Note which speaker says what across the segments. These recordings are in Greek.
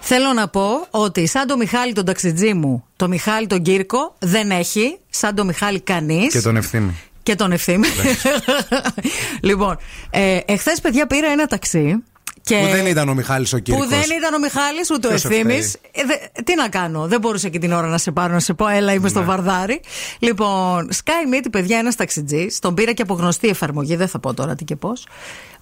Speaker 1: Θέλω να πω ότι σαν το Μιχάλη τον ταξιτζή μου, το Μιχάλη τον Κύρκο δεν έχει, σαν το Μιχάλη κανείς.
Speaker 2: Και Ναι. τον ευθύνη.
Speaker 1: Και τον ευθύνη. λοιπόν, ε, εχθές παιδιά πήρα ένα ταξί. Και
Speaker 2: Που δεν ήταν ο Μιχάλης ο Κύρκος.
Speaker 1: Που δεν ήταν ο Μιχάλης, ούτε ο
Speaker 2: Ποιος
Speaker 1: Ευθύνη.
Speaker 2: ευθέει?
Speaker 1: Τι να κάνω, δεν μπορούσα και την ώρα να σε πάρω να σε πω, έλα είμαι
Speaker 2: Ναι.
Speaker 1: στο βαρδάρι. Λοιπόν, Sky Meet, παιδιά, ένας ταξιτζής, τον πήρα και από γνωστή εφαρμογή, δεν θα πω τώρα τι και πώς.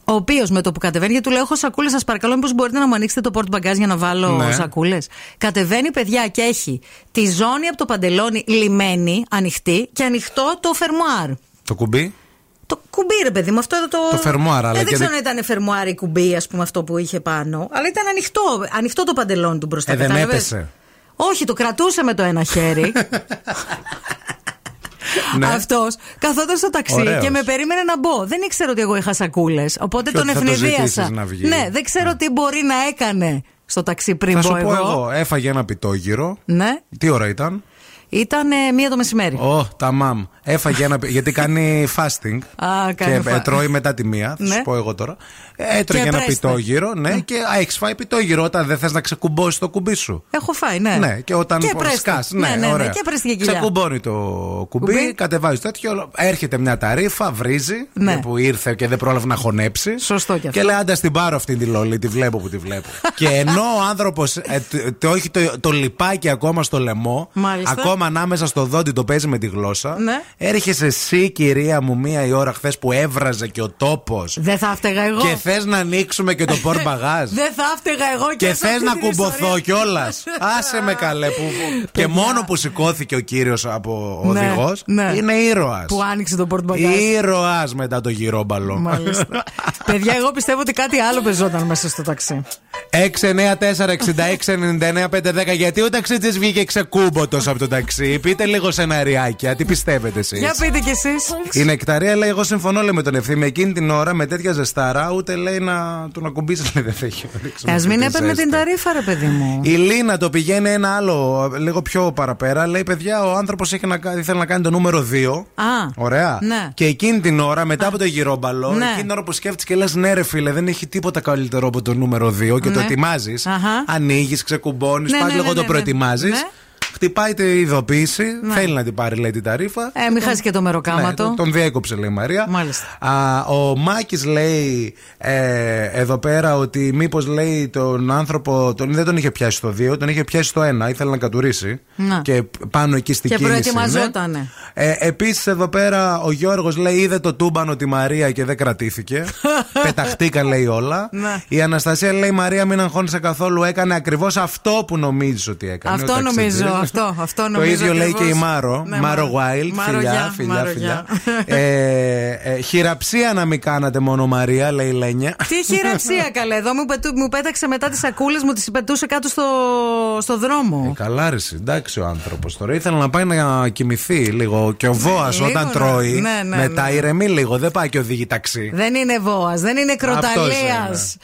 Speaker 1: Ο οποίος με το που κατεβαίνει, γιατί του λέω: Έχω σακούλες, σας παρακαλώ, μήπως μπορείτε να μου ανοίξετε το port bagage για να βάλω
Speaker 2: Ναι.
Speaker 1: σακούλες. Κατεβαίνει, παιδιά, και έχει τη ζώνη από το παντελόνι λιμένη, ανοιχτή και ανοιχτό το φερμουάρ.
Speaker 2: Το κουμπί.
Speaker 1: Το κουμπί, ρε παιδί μου, αυτό εδώ το.
Speaker 2: Το φερμουάρ, αλλά
Speaker 1: Ε, Δεν
Speaker 2: και
Speaker 1: ξέρω
Speaker 2: δε-
Speaker 1: αν ήταν φερμουάρ ή κουμπί, ας πούμε, αυτό που είχε πάνω. Αλλά ήταν ανοιχτό. Ανοιχτό το παντελόνι του μπροστά.
Speaker 2: Ε, δεν
Speaker 1: κατάλαβες?
Speaker 2: έπεσε.
Speaker 1: Όχι, το κρατούσε με το ένα χέρι.
Speaker 2: Ναι.
Speaker 1: Αυτός καθόταν στο ταξί
Speaker 2: Ωραίος.
Speaker 1: και με περίμενε να μπω. Δεν ήξερε ότι εγώ είχα σακούλες. Οπότε
Speaker 2: Και
Speaker 1: τον
Speaker 2: ότι θα το
Speaker 1: ευνηδίασα.
Speaker 2: ζητήσεις να βγει.
Speaker 1: ναι, δεν ξέρω τι μπορεί να έκανε στο ταξί πριν
Speaker 2: Θα σου
Speaker 1: μπω
Speaker 2: πω εγώ. έφαγε ένα πιτόγυρο.
Speaker 1: Ναι,
Speaker 2: Τι ώρα ήταν.
Speaker 1: ήταν ε, μία το μεσημέρι.
Speaker 2: Ω, τα μαμ. Έφαγε ένα. πι- γιατί κάνει fasting.
Speaker 1: Α, κάνει
Speaker 2: και
Speaker 1: fa-
Speaker 2: ε, τρώει μετά τη μία. Θα
Speaker 1: Ναι.
Speaker 2: σου πω εγώ τώρα. Ε, Έτρωγε
Speaker 1: Και Mm.
Speaker 2: ένα
Speaker 1: πρέστε.
Speaker 2: πιτόγυρο, ναι, και έχεις φάει πιτόγυρο όταν δεν θες να ξεκουμπώσεις το κουμπί σου.
Speaker 1: Έχω φάει, ναι.
Speaker 2: Ναι, και όταν
Speaker 1: και
Speaker 2: πο-
Speaker 1: πρέστη.
Speaker 2: σκάς,
Speaker 1: ναι, ναι, ναι,
Speaker 2: ωραία.
Speaker 1: και πρέστη και κοιλιά.
Speaker 2: Ξεκουμπώνει το κουμπί,
Speaker 1: Κουμπί.
Speaker 2: κατεβάζει τέτοιο. όλο- Έρχεται μια ταρίφα, βρίζει.
Speaker 1: Ναι.
Speaker 2: Που ήρθε και δεν πρόλαβε να χωνέψει.
Speaker 1: Σωστό κι αυτό.
Speaker 2: Και λέει: Άντα στην πάρω αυτή τη λόλη, τη βλέπω που τη βλέπω. και ενώ ο άνθρωπος το έχει το, το λιπάκι ακόμα στο λαιμό,
Speaker 1: Μάλιστα.
Speaker 2: ακόμα ανάμεσα στο δόντι το παίζει με τη γλώσσα.
Speaker 1: Ναι.
Speaker 2: Έρχεσαι εσύ, κυρία μου, μία η ώρα χθες που έβραζε και ο τόπος.
Speaker 1: Δεν θα έφταιγα εγώ.
Speaker 2: Και θες να ανοίξουμε και το πορ μπαγάζ.
Speaker 1: Δεν θα έφταιγα εγώ και,
Speaker 2: Και
Speaker 1: σε
Speaker 2: θες
Speaker 1: αυτή
Speaker 2: να
Speaker 1: την
Speaker 2: κουμποθώ
Speaker 1: ιστορία.
Speaker 2: κιόλας. Άσε με καλέ. Που, που- και μόνο που σηκώθηκε ο κύριος από ο
Speaker 1: Ναι,
Speaker 2: οδηγός
Speaker 1: ναι.
Speaker 2: είναι ήρωας.
Speaker 1: Που άνοιξε το πόρτ μπαγκάζ.
Speaker 2: Ήρωας μετά το γυρόμπαλο.
Speaker 1: Μάλιστα. Παιδιά, εγώ πιστεύω ότι κάτι άλλο πεζόταν μέσα στο ταξί.
Speaker 2: 694-6699-510. Γιατί ο ταξίτζης βγήκε ξεκούμποτο από το ταξί. Πείτε λίγο σεναριάκια. Τι πιστεύετε εσείς.
Speaker 1: Για πείτε κι εσείς.
Speaker 2: Η νεκταρία λέει: Εγώ συμφωνώ λέει, με τον ευθύνη. Εκείνη την ώρα με τέτοια ζεστάρα ούτε λέει να τον ακουμπήσει. λέει, Δεν θα έχει ρίξει.
Speaker 1: Α μην έπαιρνε την ταρίφα, ρε παιδί μου.
Speaker 2: Η Λίνα το πηγαίνει ένα άλλο, λίγο πιο παραπέρα. Λέει, παιδιά, ο άνθρωπος ήθελε να κάνει το νούμερο 2.
Speaker 1: Α,
Speaker 2: Ωραία.
Speaker 1: ναι.
Speaker 2: Και εκείνη την ώρα, μετά από το γυρόμπαλο,
Speaker 1: Ναι.
Speaker 2: εκείνη την ώρα που σκέφτεσαι και λες: Ναι, ρε φίλε, δεν έχει τίποτα καλύτερο από το νούμερο 2 και το
Speaker 1: Ναι.
Speaker 2: ετοιμάζεις.
Speaker 1: Αχα.
Speaker 2: Ανοίγεις, ξεκουμπώνεις,
Speaker 1: Ναι,
Speaker 2: πάλι
Speaker 1: ναι,
Speaker 2: λίγο
Speaker 1: ναι,
Speaker 2: το
Speaker 1: ναι, ναι.
Speaker 2: προετοιμάζεις.
Speaker 1: Ναι.
Speaker 2: Χτυπάει τη ειδοποίηση, θέλει να την πάρει, λέει την ταρήφα.
Speaker 1: Ε, μην χάσει και το μεροκάματο.
Speaker 2: Ναι, τον διέκοψε, λέει η Μαρία.
Speaker 1: Μάλιστα.
Speaker 2: Α, ο Μάκης λέει ε, εδώ πέρα ότι μήπως λέει τον άνθρωπο. Τον, δεν τον είχε πιάσει στο 2, τον είχε πιάσει στο 1. Ήθελε να κατουρίσει.
Speaker 1: Να.
Speaker 2: Και πάνω εκεί στην
Speaker 1: Ναι. Και
Speaker 2: κίνηση.
Speaker 1: προετοιμαζότανε.
Speaker 2: ναι. Ε, Επίσης εδώ πέρα ο Γιώργος λέει είδε το τούμπανο τη Μαρία και δεν κρατήθηκε. Πεταχτήκα λέει όλα.
Speaker 1: Ναι.
Speaker 2: Η Αναστασία λέει Μαρία μην αγχώνεσαι καθόλου. Έκανε ακριβώς αυτό που νομίζεις ότι έκανε.
Speaker 1: Αυτό
Speaker 2: ο ταξιτζής».
Speaker 1: νομίζω, αυτό- αυτό νομίζω
Speaker 2: Το ίδιο λέει και η
Speaker 1: ακριβώς.
Speaker 2: Μάρο.
Speaker 1: Ναι,
Speaker 2: Μάρο
Speaker 1: Μάρο.
Speaker 2: Wild.
Speaker 1: Μάρο,
Speaker 2: Φιλιά,
Speaker 1: γεια,
Speaker 2: φιλιά,
Speaker 1: Μάρο,
Speaker 2: φιλιά.
Speaker 1: γεια.
Speaker 2: Ε, ε, χειραψία να μην κάνατε μόνο Μαρία, λέει η Λένια.
Speaker 1: Τι χειραψία, καλέ. Εδώ μου, πετού- μου πέταξε μετά τις σακούλες μου, τις πετούσε κάτω στο, στο
Speaker 2: Ε,
Speaker 1: δρόμο.
Speaker 2: καλά, ρε, συ, εντάξει ο άνθρωπος τώρα. Ήθελε να πάει να κοιμηθεί Ναι, λίγο. Και ο Βόας
Speaker 1: λίγο
Speaker 2: όταν
Speaker 1: να-
Speaker 2: τρώει,
Speaker 1: ναι, ναι,
Speaker 2: μετά
Speaker 1: ναι.
Speaker 2: ηρεμεί λίγο. Δεν πάει και οδηγεί ταξί.
Speaker 1: Δεν είναι βόας, δεν είναι κροταλία.
Speaker 2: Αυτός είναι.